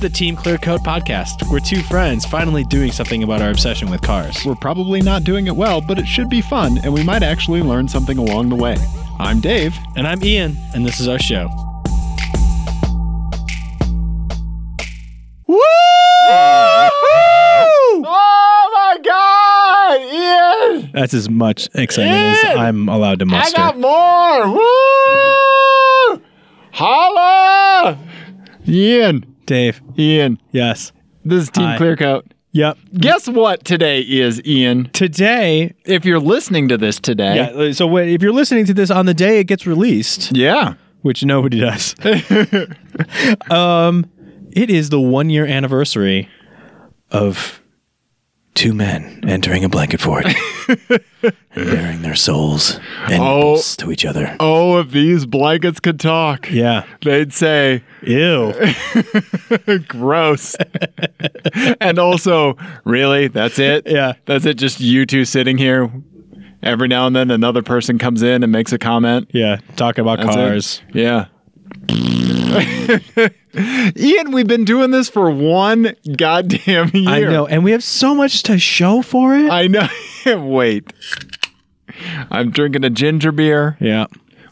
the Team Clear Coat podcast. We're two friends finally doing something about our obsession with cars. We're probably not doing it well, but it should be fun, and we might actually learn something along the way. I'm Dave. And I'm Ian, and this is our show. Woo! Oh my God, Ian! That's as much excitement as Ian! I'm allowed to muster. more. Woo! Holla! Ian, Dave, Ian, yes. this is Team Hi. Clearcoat. Yep. Guess what today is, Ian? Today, If you're listening to this today, yeah, so wait, if you're listening to this on the day it gets released, yeah. which nobody does, um, it is the one year anniversary of two men entering a blanket fort and bearing their souls and Oh. nipples to each other. Oh, if these blankets could talk, Yeah. they'd say Ew. gross. and also, really, that's it? Yeah. That's it, just you two sitting here. Every now and then another person comes in and makes a comment. Yeah. Talking about That's it. cars. Yeah. Ian, we've been doing this for one goddamn year. I know. And we have so much to show for it. I know. Wait. I'm drinking a ginger beer. yeah.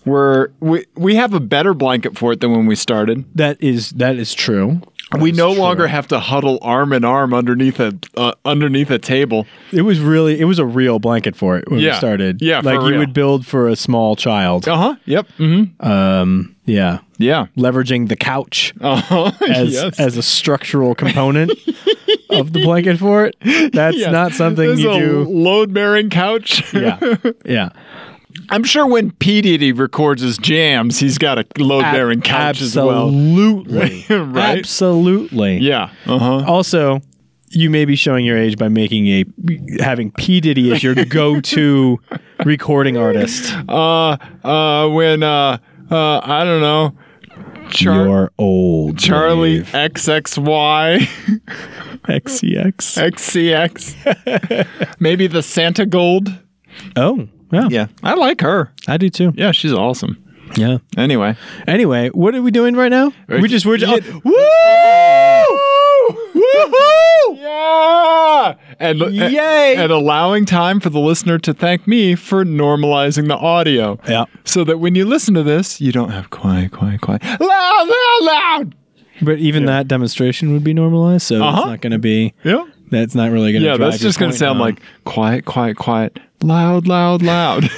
We're we we have a better blanket for it than when we started. That is that is true. we That is no true. longer have to huddle arm in arm underneath a uh, underneath a table. It was really it was a real blanket for it when Yeah. we started. Yeah, for like you real. would build for a small child. Uh huh. Yep. Mm-hmm. Um, yeah, Yeah. leveraging the couch Uh huh. as yes. as a structural component of the blanket fort. That's Yeah. not something This is you a do. Load bearing couch. yeah, yeah. I'm sure when P Diddy records his jams, he's got a load bearing couch as well. Absolutely, Right? absolutely. Yeah. Uh huh. Also, you may be showing your age by making a having P Diddy as your go to recording artist. Uh. Uh. When uh. Uh. I don't know. Char- You're old, Charlie Dave. XXY XCX. XCX. Maybe the Santa Gold. Oh, yeah. Yeah. I like her. I do too. Yeah, she's awesome. Yeah. Anyway. Anyway, what are we doing right now? We just we're oh, just Woo! Woohoo! Yeah! And Yay! and allowing time for the listener to thank me for normalizing the audio. yeah. So that when you listen to this, you don't have quiet, quiet, quiet. Loud, loud, loud. But even that demonstration would be normalized, so it's Uh-huh. not going to be. Yeah. That's not really going to. Yeah, that's just going to sound like quiet, quiet, quiet. Loud, loud, loud.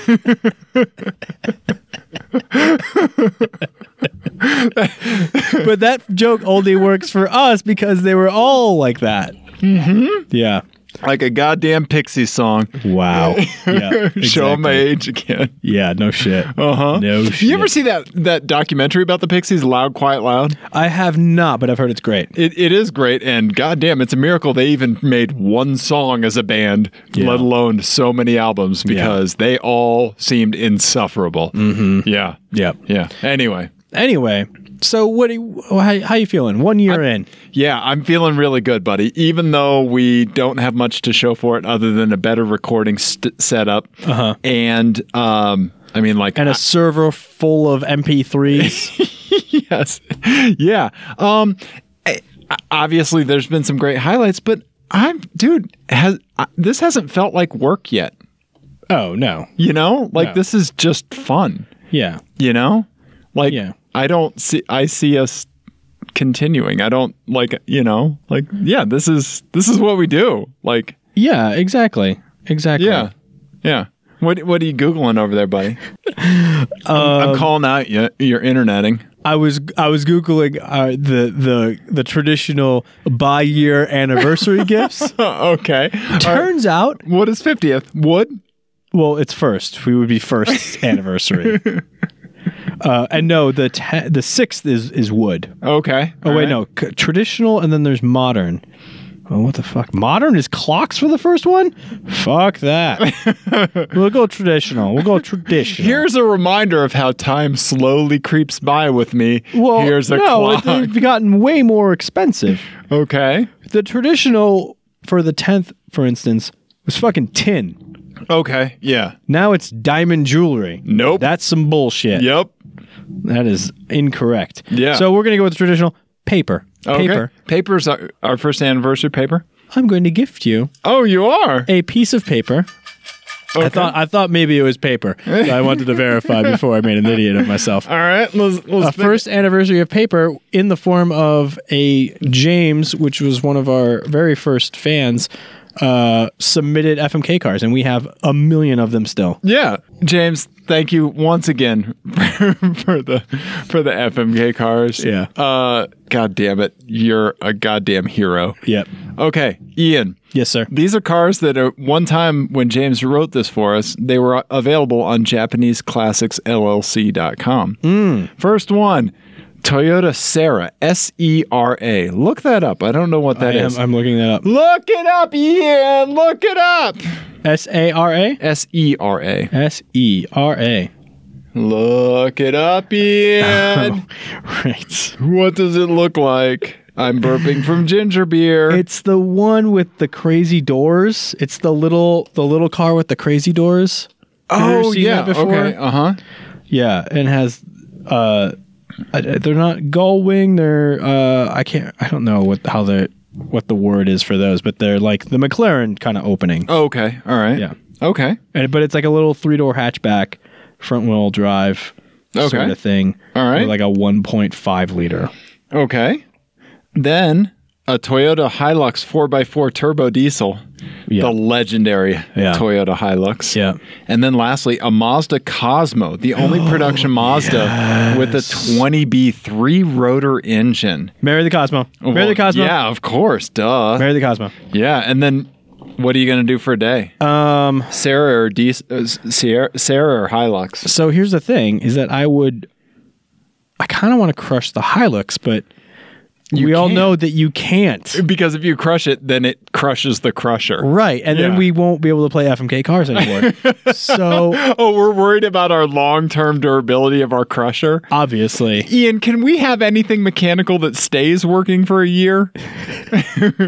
But that joke only works for us because they were all like that. Mm-hmm. Yeah. like a goddamn Pixie song. Wow. Yeah. Show 'em my exactly. age again. Yeah. No shit. Uh huh. No You shit. ever see that that documentary about the Pixies, Loud, Quiet, Loud? I have not, but I've heard it's great. It, it is great, and goddamn, it's a miracle they even made one song as a band, Yeah. let alone so many albums, because they all seemed insufferable. Mm-hmm. Yeah, Yeah. yeah. Anyway, Anyway, so what? Do you, how, how you feeling? One year in. yeah, I'm feeling really good, buddy. Even though we don't have much to show for it, other than a better recording st- setup, Uh-huh. and um, I mean, like, and a server full of MP3s. yes, yeah. Um, I- I- obviously, there's been some great highlights, but I'm, dude, has I, this hasn't felt like work yet. oh no, You know, like No. this is just fun. yeah, You know, like Yeah. I don't see. I see us continuing. I don't like. You know, like yeah. This is this is what we do. Like yeah, exactly, exactly. yeah, yeah. What what are you googling over there, buddy? I'm, Um, I'm calling out you. You're interneting. I was I was googling uh, the the the traditional by year anniversary gifts. Oh, okay. All right. Turns out, What is fiftieth? Wood. well, it's first. We would be first anniversary. Uh, and no, the te- the sixth is is wood. Okay. Oh All wait, right. no, c- traditional, and then there's modern. Oh, what the fuck? Modern is clocks for the first one? Fuck that. we'll go traditional. We'll go traditional. Here's a reminder of how time slowly creeps by with me. Well, Here's a no, it- clock. they've gotten way more expensive. Okay. The traditional for the tenth, for instance, was fucking tin. Okay. Yeah. Now it's diamond jewelry. Nope. That's some bullshit. Yep. That is incorrect. Yeah. So we're gonna go with the traditional paper. Paper. Paper's our, our first anniversary paper. I'm going to gift you Oh, you are. a piece of paper. I Okay. thought I thought maybe it was paper. So I wanted to verify before I made an idiot of myself. All right. Let's, let's A think- first anniversary of paper in the form of a James, which was one of our very first fans, uh, submitted FMK cars, and we have a million of them still. Yeah, James. Thank you once again for the for the FMK cars. Yeah. Uh, God damn it, you're a goddamn hero. Yep. Okay, Ian. Yes, sir. These are cars that at one time when James wrote this for us, they were available on JapaneseClassicsLLC.com. Hmm. First one, Toyota Sera, S E R A. Look that up. I don't know what that I am, is. I'm looking that up. Look it up, Ian. Look it up. S A R A. S E R A. S E R A. Look it up, Ian. Oh. Right. What does it look like? I'm burping from ginger beer. It's the one with the crazy doors. It's the little the little car with the crazy doors. Have you ever seen that before? Oh, Okay. Uh huh. Yeah, and has uh I- they're not gull wing, they're uh I can't I don't know what how the what the word is for those, but they're like the McLaren kind of opening. Oh, okay. All right. Yeah. Okay. And but it's like a little three-door hatchback, front-wheel drive Okay. sort of thing. All right. With like a 1.5 liter. Okay. Then a Toyota Hilux 4x4 turbo diesel. Yeah. The legendary Yeah. Toyota Hilux. Yeah. And then lastly, a Mazda Cosmo, the only Oh, production Mazda with a 20B3 rotor engine. Marry the Cosmo. Marry Well, the Cosmo. Yeah, of course. Duh. Marry the Cosmo. Yeah, and then what are you going to do for a day? Um Sarah or De- uh, S- Sierra, Sarah or Hilux? So here's the thing: is that I would, I kind of want to crush the Hilux, but we all can't. know that you can't, Because if you crush it, then it crushes the crusher. right? And Yeah. then we won't be able to play FMK cars anymore. so Oh, we're worried about our long-term durability of our crusher. obviously, Ian, can we have anything mechanical that stays working for a year?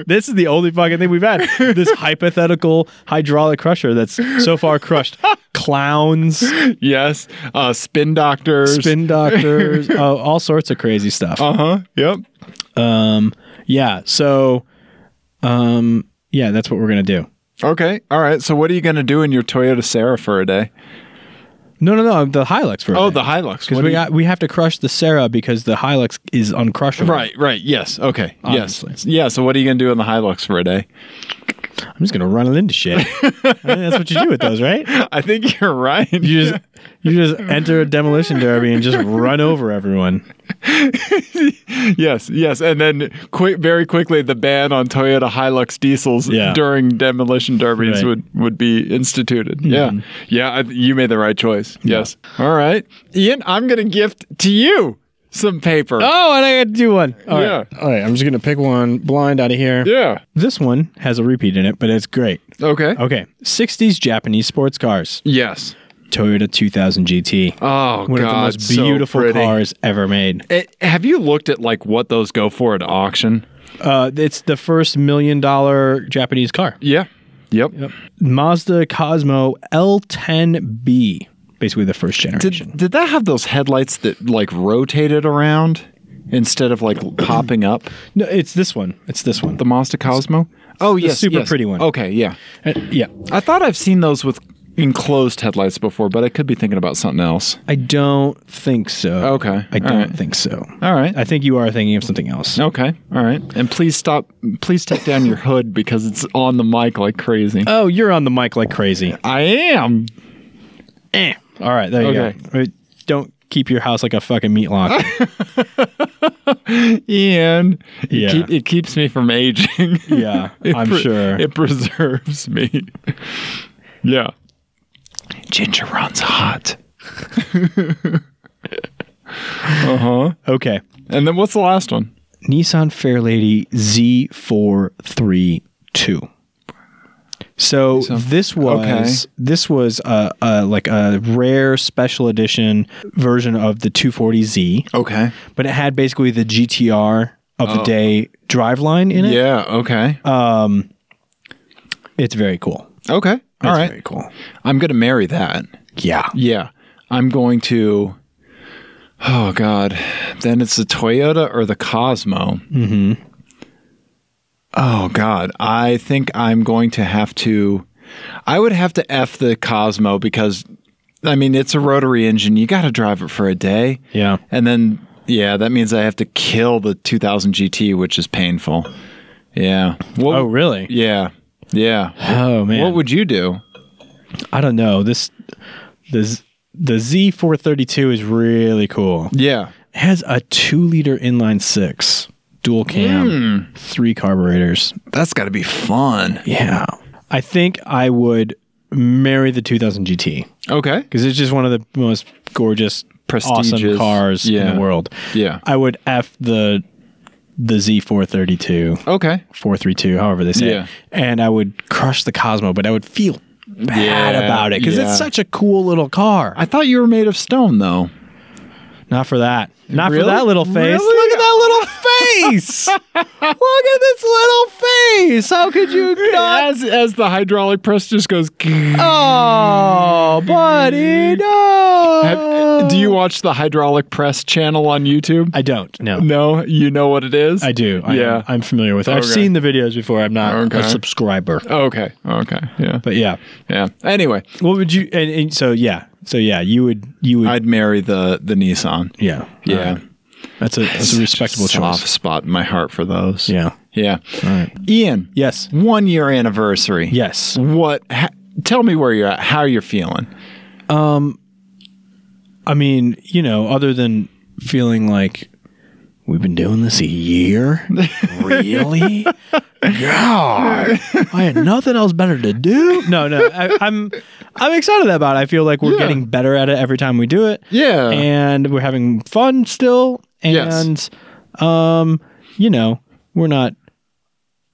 this is the only fucking thing we've had: this hypothetical hydraulic crusher that's so far crushed clowns, yes. Uh, spin doctors. spin doctors, oh, all sorts of crazy stuff. Uh huh. Yep. Um, yeah. So, um, yeah, that's what we're gonna do. Okay. All right. So, what are you going to do in your Toyota Sarah for a day? No, no, no. The Hilux for a Oh, day. the Hilux. Because What we do you- got, we have to crush the Sarah because the Hilux is uncrushable. Right, right. Yes. Okay. Yes. Obviously. Yeah. So, what are you going to do in the Hilux for a day? I'm just gonna run it into shit. I think that's what you do with those, right? I think you're right. You just you just enter a demolition derby and just run over everyone. Yes, yes, and then quick, very quickly, the ban on Toyota Hilux diesels Yeah. during demolition derbies Right. Mm-hmm. would would be instituted. Yeah, yeah, I, you made the right choice. Yes. All right, Ian, I'm gonna gift to you some paper. Oh, and I got to do one. All right. Yeah. All right. I'm just gonna pick one blind out of here. Yeah. This one has a repeat in it, but it's great. Okay. Okay. 60s Japanese sports cars. Yes. Toyota 2000 GT. Oh One of God, the most beautiful so pretty. cars ever made. It- have you looked at like what those go for at auction? Uh, it's the first million dollar Japanese car. Yeah. Yep. Mazda Cosmo L10B, basically the first generation. Did did that have those headlights that like rotated around instead of like popping up? no, it's this one. It's this one. The Mazda Cosmo? Oh, yes. super yes. pretty one. Okay, yeah. Uh, yeah, I thought I've seen those with enclosed headlights before, but I could be thinking about something else. I don't think so. Okay, I all don't right. think so. All right. I think you are thinking of something else. Okay. All right. And please stop. Please take down your hood because it's on the mic like crazy. Oh, you're on the mic like crazy. I am. Eh. All right, there you Okay. go. Uh, Don't keep your house like a fucking meat locker. Ian. Yeah. It, keep, it keeps me from aging. yeah, It I'm pre- sure. It preserves me. yeah. Ginger runs hot. okay. And then what's the last one? Nissan Fairlady Z432. So this was okay. this was a, a like a rare special edition version of the 240Z, Okay. but it had basically the GTR of the day driveline in it. Oh. Yeah. Okay. It's very cool. okay. All It's right. very cool. I'm going to marry that. Yeah. Yeah. I'm going to Oh God. Then it's the Toyota or the Cosmo. Mm-hmm. Oh God. I think I'm going to have to I would have to F the Cosmo because I mean it's a rotary engine. You gotta drive it for a day. Yeah. And then yeah, that means I have to kill the two thousand GT, which is painful. Yeah. What, Oh, really? yeah. Yeah. Oh man. What would you do? I don't know. This the Z- the Z432 is really cool. Yeah. It has a 2-liter inline 6 dual cam, Hmm. 3 carburetors. That's gotta be fun. Yeah. I think I would marry the 2000 GT Okay. cuz it's just one of the most gorgeous awesome Prestigious. cars in Yeah. the world. Yeah. I would F the the Z432, Okay. 432, however they say Yeah. it. And I would crush the Cosmo, but I would feel bad Yeah, about it cuz yeah. it's such a cool little car. I thought you were made of stone, though. Not for that. Not Really? for that little face. Really? Look at that little face. Look at this little face. How could you not? As as the hydraulic press just goes. Oh, buddy, no. Have- do you watch the hydraulic press channel on YouTube? I don't. No. no, you know what it is. I do. I Yeah. am, I'm familiar with it. I've Okay. seen the videos before. I'm not Okay. a subscriber. okay. Okay. Yeah. But yeah. Yeah. Anyway, What would you and, and so yeah. So yeah, you would you would I'd marry the the Nissan. Uh, yeah. Yeah. Alright. That's a that's a respectable Soft choice. spot in my heart for those. Yeah. Yeah. All right. Ian. Yes. One year anniversary. Yes. What? Ha, tell me where you're at. How you're feeling. I mean, you know, other than feeling like we've been doing this a year, really? God, I had nothing else better to do. No, no, I, I'm I'm excited about it. I feel like we're Yeah. getting better at it every time we do it. Yeah. and we're having fun still. And Yes. um, you know, we're not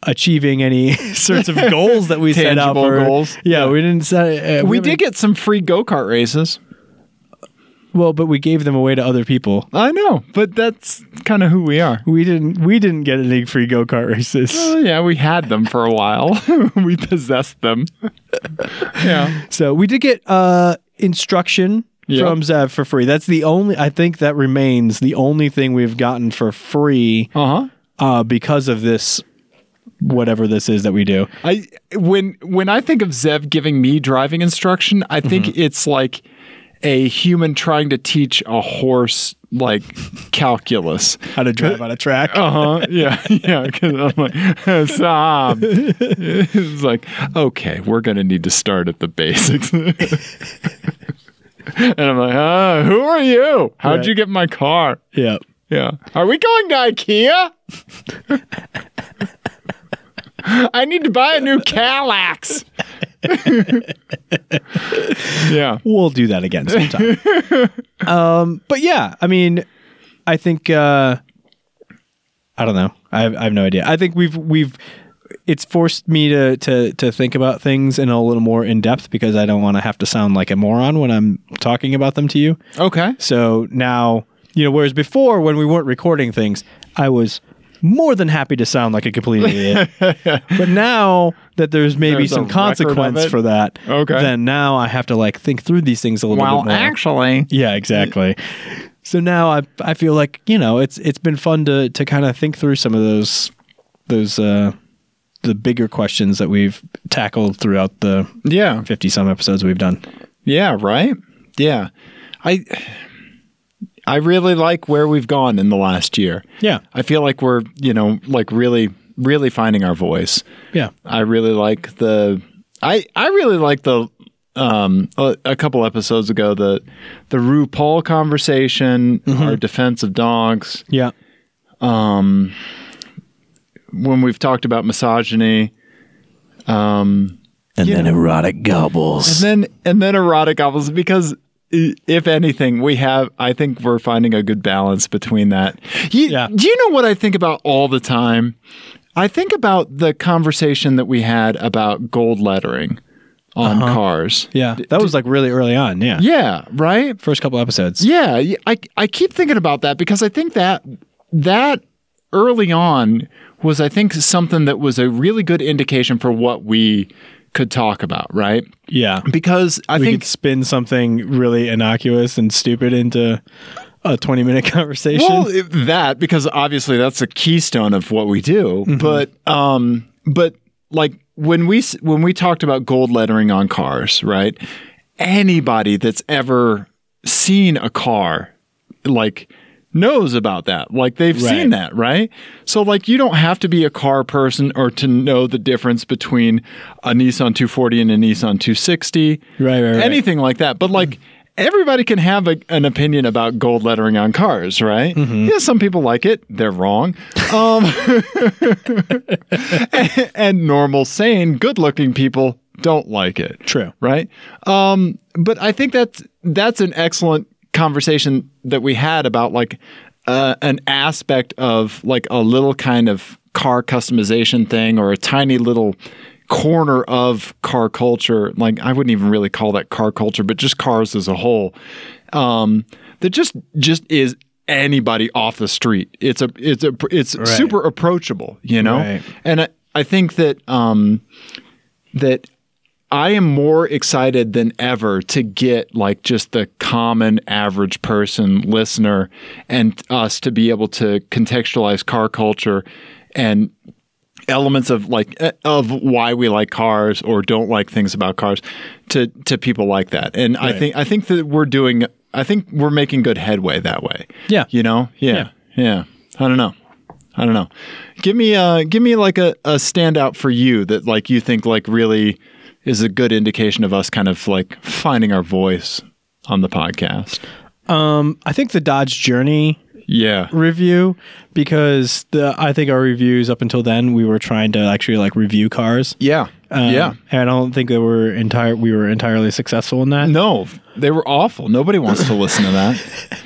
achieving any sorts of goals that we set out Tangible for. goals. Yeah, we didn't set. Uh, we haven't- did get some free go kart races. well, but we gave them away to other people. I know, but that's kind of who we are. We didn't. We didn't get any free go kart races, Well, yeah, we had them for a while. we possessed them. yeah. so we did get uh, instruction Yeah. from Zev for free. That's the only. I think that remains the only thing we've gotten for free Uh huh. uh, because of this, whatever this is that we do. I when when I think of Zev giving me driving instruction, I think it's like a human trying to teach a horse like calculus. How to drive on a track. Uh huh. Yeah. Yeah. Because I'm like, stop. It's like, okay, we're going to need to start at the basics. and I'm like, ah, who are you? How'd Right. you get my car? Yeah. Yeah. Are we going to IKEA? I need to buy a new Calax. yeah. We'll do that again sometime. um, but yeah, I mean, I think uh, I don't know. I have, I have no idea. I think we've we've it's forced me to to to think about things in a little more in depth because I don't want to have to sound like a moron when I'm talking about them to you. Okay. So now you know, whereas before when we weren't recording things, I was more than happy to sound like a complete idiot. but now that there's maybe There's a some record of consequence it. for that, Okay. then now I have to like think through these things a little bit Well, more. actually, yeah, exactly. So now I I feel like, you know, it's it's been fun to to kind of think through some of those those uh the bigger questions that we've tackled throughout the yeah. 50 some episodes we've done. Yeah, right? Yeah. I I really like where we've gone in the last year. Yeah. I feel like we're, you know, like really really finding our voice. Yeah. I really like the I I really like the um a, a couple episodes ago the the RuPaul conversation, our defense of dogs, Yeah. when we've talked about misogyny, And then erotic gobbles. and then and then erotic novels because i- if anything, we have. I think we're finding a good balance between that. You, Yeah. Do you know what I think about all the time? I think about the conversation that we had about gold lettering on cars. Yeah, that was like really early on. Yeah, Yeah, right. first couple episodes. Yeah, y- I I keep thinking about that because I think that that early on was I think something that was a really good indication for what we could talk about, right? Yeah, Because I we think could spin something really innocuous and stupid into a 20 minute conversation. Well, it- that because obviously that's a keystone of what we do. But um, but like when we s- when we talked about gold lettering on cars, right? Anybody that's ever seen a car, like knows about that. Like they've Right. seen that, right? So like you don't have to be a car person or to know the difference between a Nissan 240 and a Nissan 260 Right, right, right. anything like that. But like everybody can have a, an opinion about gold lettering on cars, right? Mm-hmm. Yeah, some people like it; they're wrong. Um, and, normal, sane, good-looking people don't like it, True. right? Um, but I think that's that's an excellent conversation that we had about like uh, an aspect of like a little kind of car customization thing or a tiny little corner of car culture. Like I wouldn't even really call that car culture, but just cars as a whole. Um, that just just is anybody off the street. It's a it's a it's super approachable, you know. Right. And I, I think that um, that I am more excited than ever to get like just the common average person listener and us to be able to contextualize car culture and elements of like eh, of why we like cars or don't like things about cars to to people like that. And I Right. think I think that we're doing I think we're making good headway that way. Yeah. You know? Yeah. Yeah. I don't know. I don't know. Give me uh give me like a, a standout for you that like you think like really is a good indication of us kind of like finding our voice on the podcast. Um, I think the Dodge Journey Yeah. review because the I think our reviews up until then we were trying to actually like review cars. Yeah. Um, yeah. and I don't think that we're entire we were entirely successful in that. No, they were awful. Nobody wants to listen to that.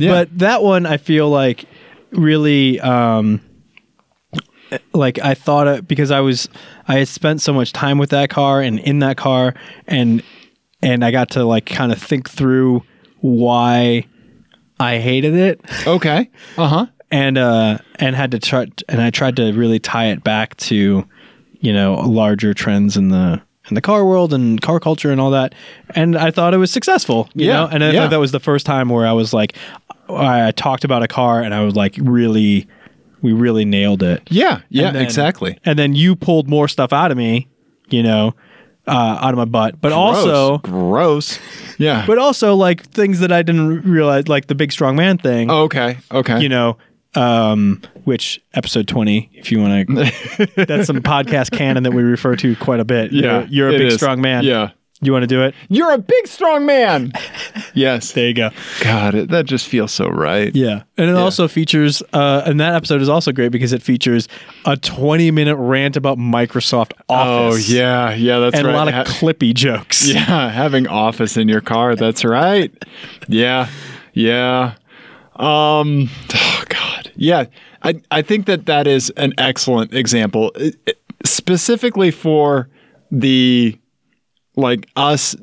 Yeah. But that one I feel like really um like I thought it because I was I had spent so much time with that car and in that car and and I got to like kind of think through why I hated it Okay. Uh huh. and uh and had to try and I tried to really tie it back to you know larger trends in the in the car world and car culture and all that and I thought it was successful you Yeah, know and I yeah. thought that was the first time where I was like I, I talked about a car and I was like really we really nailed it Yeah. Yeah. And then- exactly. and then you pulled more stuff out of me you know uh out of my butt but also gross. gross. Yeah. but also like things that I didn't realize like the big strong man Oh, thing okay. Okay. you know um which episode 20 if you want to that's some podcast canon that we refer to quite a bit yeah. you're, you're a it big is. strong man Yeah. you want to do it You're a big strong man. yes. there you go God, it, that just feels so right. yeah and it also features uh and that episode is also great because it features a 20 minute rant about microsoft Oh office yeah, yeah, that's and right. a lot of Ha- clippy jokes yeah, having office in your car, that's right. Yeah. Yeah. Um oh god. Yeah. I I think that that is an excellent example It- it- specifically for the like us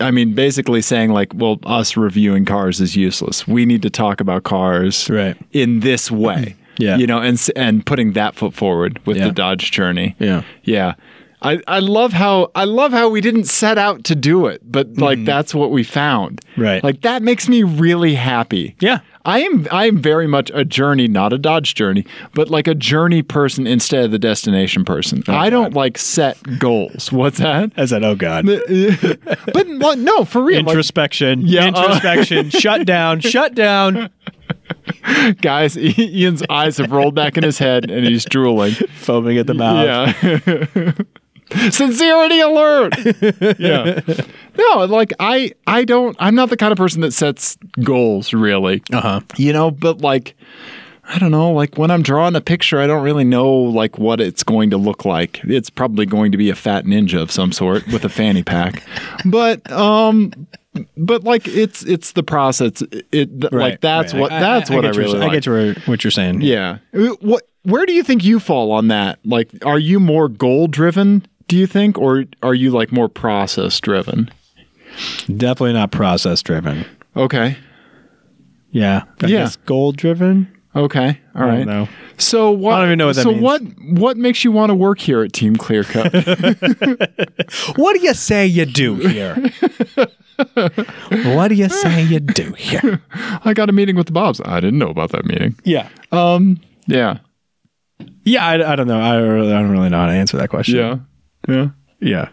I mean basically saying like well us reviewing cars is useless. We need to talk about cars Right. in this way. Yeah. You know, and s- and putting that foot forward with Yeah. the Dodge Journey. Yeah. Yeah. I, I love how I love how we didn't set out to do it, but like that's what we found. Mm-hmm. Right. Like that makes me really happy. Yeah. I am I am very much a journey, not a Dodge journey, but like a journey person instead of the destination person. Oh, I don't like set goals. What's that? i said oh god but like, no, for real. like, introspection Yeah, uh- introspection shut down shut down guys, Ian's eyes have rolled back in his head and he's drooling. foaming at the mouth Yeah. Sincerity alert. yeah. No, like I I don't I'm not the kind of person that sets goals really. uh-huh You know, but like I don't know, like when I'm drawing a picture, I don't really know like what it's going to look like. It's probably going to be a fat ninja of some sort with a fanny pack. But um but like it's it's the process. It, th- like Right, that's right. what that's what I, get your- really like. I get your, what you're saying. Yeah. Uh, What? Where do you think you fall on that? Like, are you more goal driven? Do you think, or are you like more process driven? Definitely not process driven. Okay. Yeah. I Yeah. guess goal driven. Okay. All I right. don't know. So what? I don't even know what that so means. what? What makes you want to work here at Team Clearcut? What do you say you do here? what do you say you do here? I got a meeting with the Bobs. I didn't know about that meeting. Yeah. Yeah. Yeah, I, I don't know. I, don't really- I don't really know how to answer that question. Yeah. Yeah. Yeah.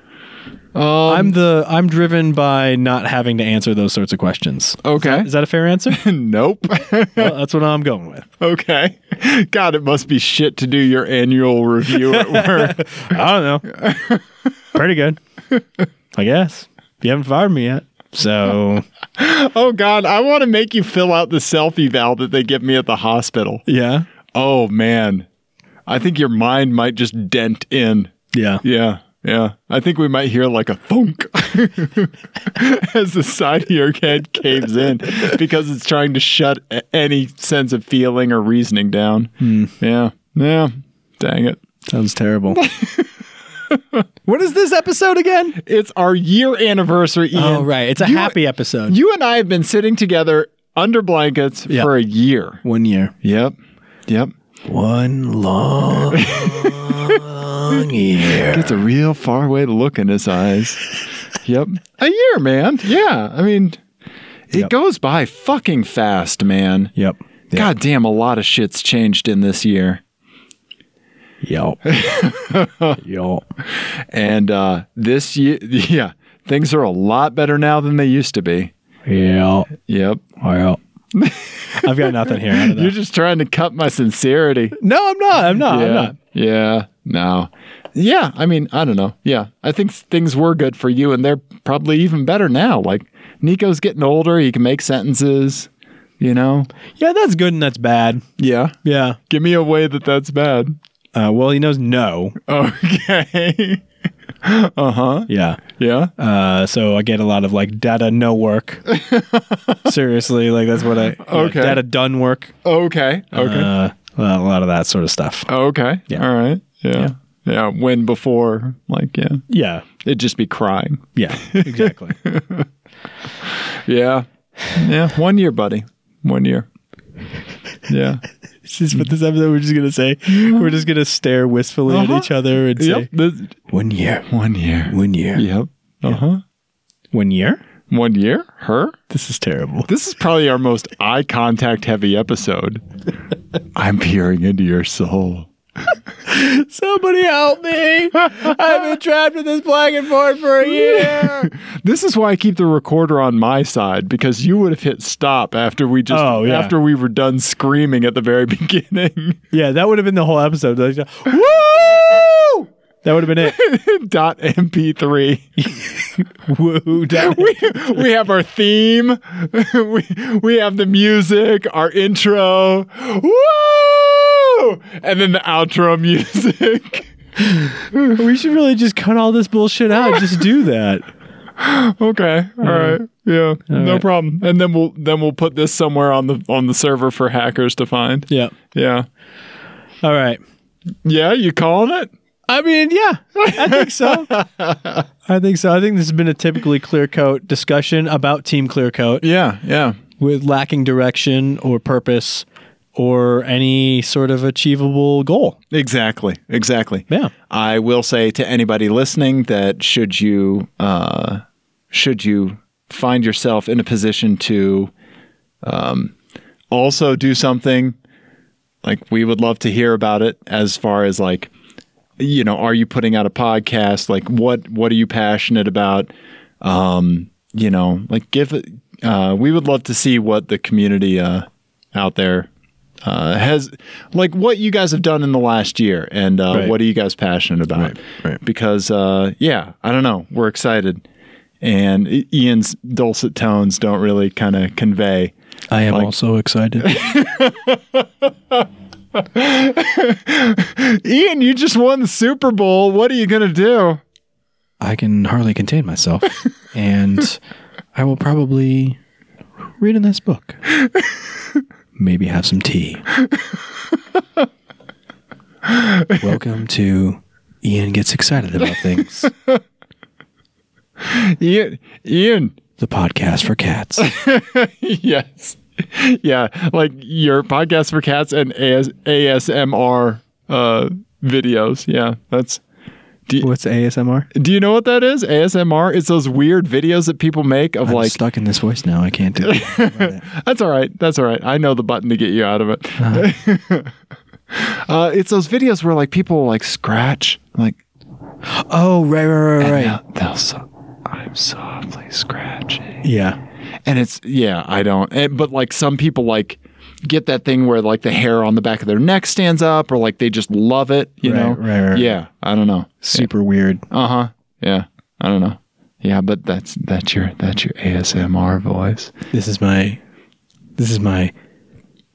Um, I'm the I'm driven by not having to answer those sorts of questions. okay. Is that a fair answer? nope. well, that's what I'm going with. okay. God, it must be shit to do your annual review at work. I don't know. Pretty good. I guess. You haven't fired me yet. So oh God, I want to make you fill out the selfie valve that they give me at the hospital. Yeah. Oh man. I think your mind might just dent in. Yeah. Yeah. Yeah. I think we might hear like a thunk as the side of your head caves in because it's trying to shut a- any sense of feeling or reasoning down. Yeah. Yeah. Dang it. Sounds terrible. what is this episode again? It's our year anniversary, Ian. Oh right. It's a happy episode. You and I have been sitting together under blankets Yeah. for a year. One year. Yep. Yep. One long year. It's a real far way to look in his eyes. yep. A year, man. Yeah. I mean, it Yep. goes by fucking fast, man. Yep. God damn, a lot of shit's changed in this year. Yep. yep. And uh, this year, yeah, things are a lot better now than they used to be. Yep. Yep. Yep. I've got nothing here. I don't know. You're just trying to cut my sincerity. No, I'm not. I'm not. yeah. I'm not. Yeah. No. Yeah. I mean, I don't know. Yeah. I think s- things were good for you, and they're probably even better now. Like, Nico's getting older. He can make sentences, you know? Yeah, that's good and that's bad. Yeah. Yeah. Give me a way that that's bad. Uh, well, he knows no. Okay. uh huh. Yeah. Yeah. Uh, so I get a lot of like data no work. Seriously, like that's what I. yeah, Okay. data done work. Okay. Okay. Uh, well, a lot of that sort of stuff. okay. Yeah. All right. Uh-huh. Yeah. yeah. When before, like, yeah, Yeah. it'd just be crying. Yeah. Exactly. Yeah. Yeah. One year, buddy. One year. Yeah. It's just what this episode we're just gonna say. We're just gonna stare wistfully Uh-huh. at each other and yep. say, This, "One year. one year. One year. Yep. Uh huh. One year." One year? Her? This is terrible. This is probably our most eye contact heavy episode. I'm peering into your soul. Somebody help me! I've been trapped in this blanket board for a year. This is why I keep the recorder on my side because you would have hit stop after we just Oh, yeah. after we were done screaming at the very beginning. yeah, that would have been the whole episode. Like, Woo! That would have been it. Dot MP3. Woo! That- We, we have our theme. we, we have the music, our intro. Woo! And then the outro music. We should really just cut all this bullshit out. and Just do that. okay. all right. Yeah. no right. problem. And then we'll then we'll put this somewhere on the on the server for hackers to find. Yep. Yeah. All right. Yeah, you calling it? I mean, yeah, I think so. I think so. I think this has been a typically clear coat discussion about Team Clear Coat Yeah, yeah. with lacking direction or purpose or any sort of achievable goal. Exactly. Exactly. Yeah. I will say to anybody listening that should you uh, should you find yourself in a position to um, also do something, like we would love to hear about it as far as like you know, are you putting out a podcast? Like what what are you passionate about? Um, you know, like give it uh, we would love to see what the community uh, out there uh, has like what you guys have done in the last year and uh, Right. what are you guys passionate about? Right, right. Because uh, yeah, I don't know, we're excited, and I- Ian's dulcet tones don't really kind of convey. I am also excited. Ian, you just won the Super Bowl. What are you gonna do? I can hardly contain myself, and I will probably read a nice book. Maybe have some tea. Welcome to Ian Gets Excited About Things, Ian, Ian, the podcast for cats. yes, yeah, like your podcast for cats and AS- ASMR uh, videos. Yeah, that's Do you, What's ASMR? do you know what that is? ASMR? It's those weird videos that people make of I'm like stuck in this voice now. I can't do it. That's all right. That's all right. I know the button to get you out of it. uh Uh-huh. it's those videos where like people like scratch, like oh, right, right, right, right. yeah, they'll so- I'm softly scratching, Yeah. and it's yeah. I don't, and, but like some people like get that thing where like the hair on the back of their neck stands up, or like they just love it. You Right, know? right, right, right. Yeah. I don't know. Super weird. Uh huh. Yeah. I don't know. Yeah, but that's that's your that's your ASMR voice. This is my. This is my.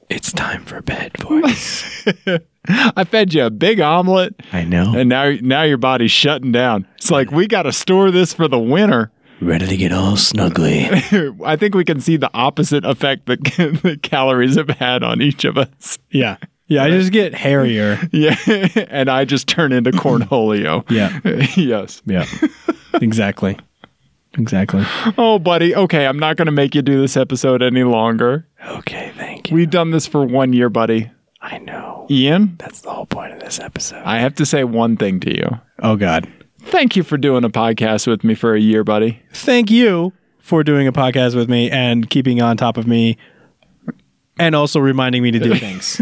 It's time for bed voice. I fed you a big omelet. I know. And now, now your body's shutting down. It's like we got to store this for the winter. Ready to get all snuggly. I think we can see the opposite effect that the calories have had on each of us. yeah. Yeah. I just get hairier. Yeah, and I just turn into cornholio. Yeah. yes. Yeah. exactly. Exactly. Oh, buddy. Okay, I'm not going to make you do this episode any longer. Okay. Thank you. We've done this for one year, buddy. I know. Ian, That's the whole point of this episode. I have to say one thing to you. Oh God. Thank you for doing a podcast with me for a year, buddy. Thank you for doing a podcast with me and keeping on top of me, and also reminding me to do things.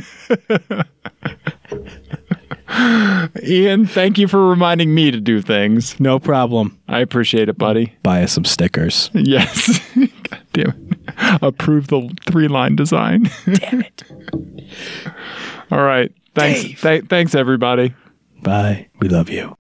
Ian, thank you for reminding me to do things. No problem. I appreciate it, buddy. Buy us some stickers. Yes. God damn it. Approve the three line design. Damn it. All right. Thanks. Dave. Th- thanks, everybody. Bye. We love you.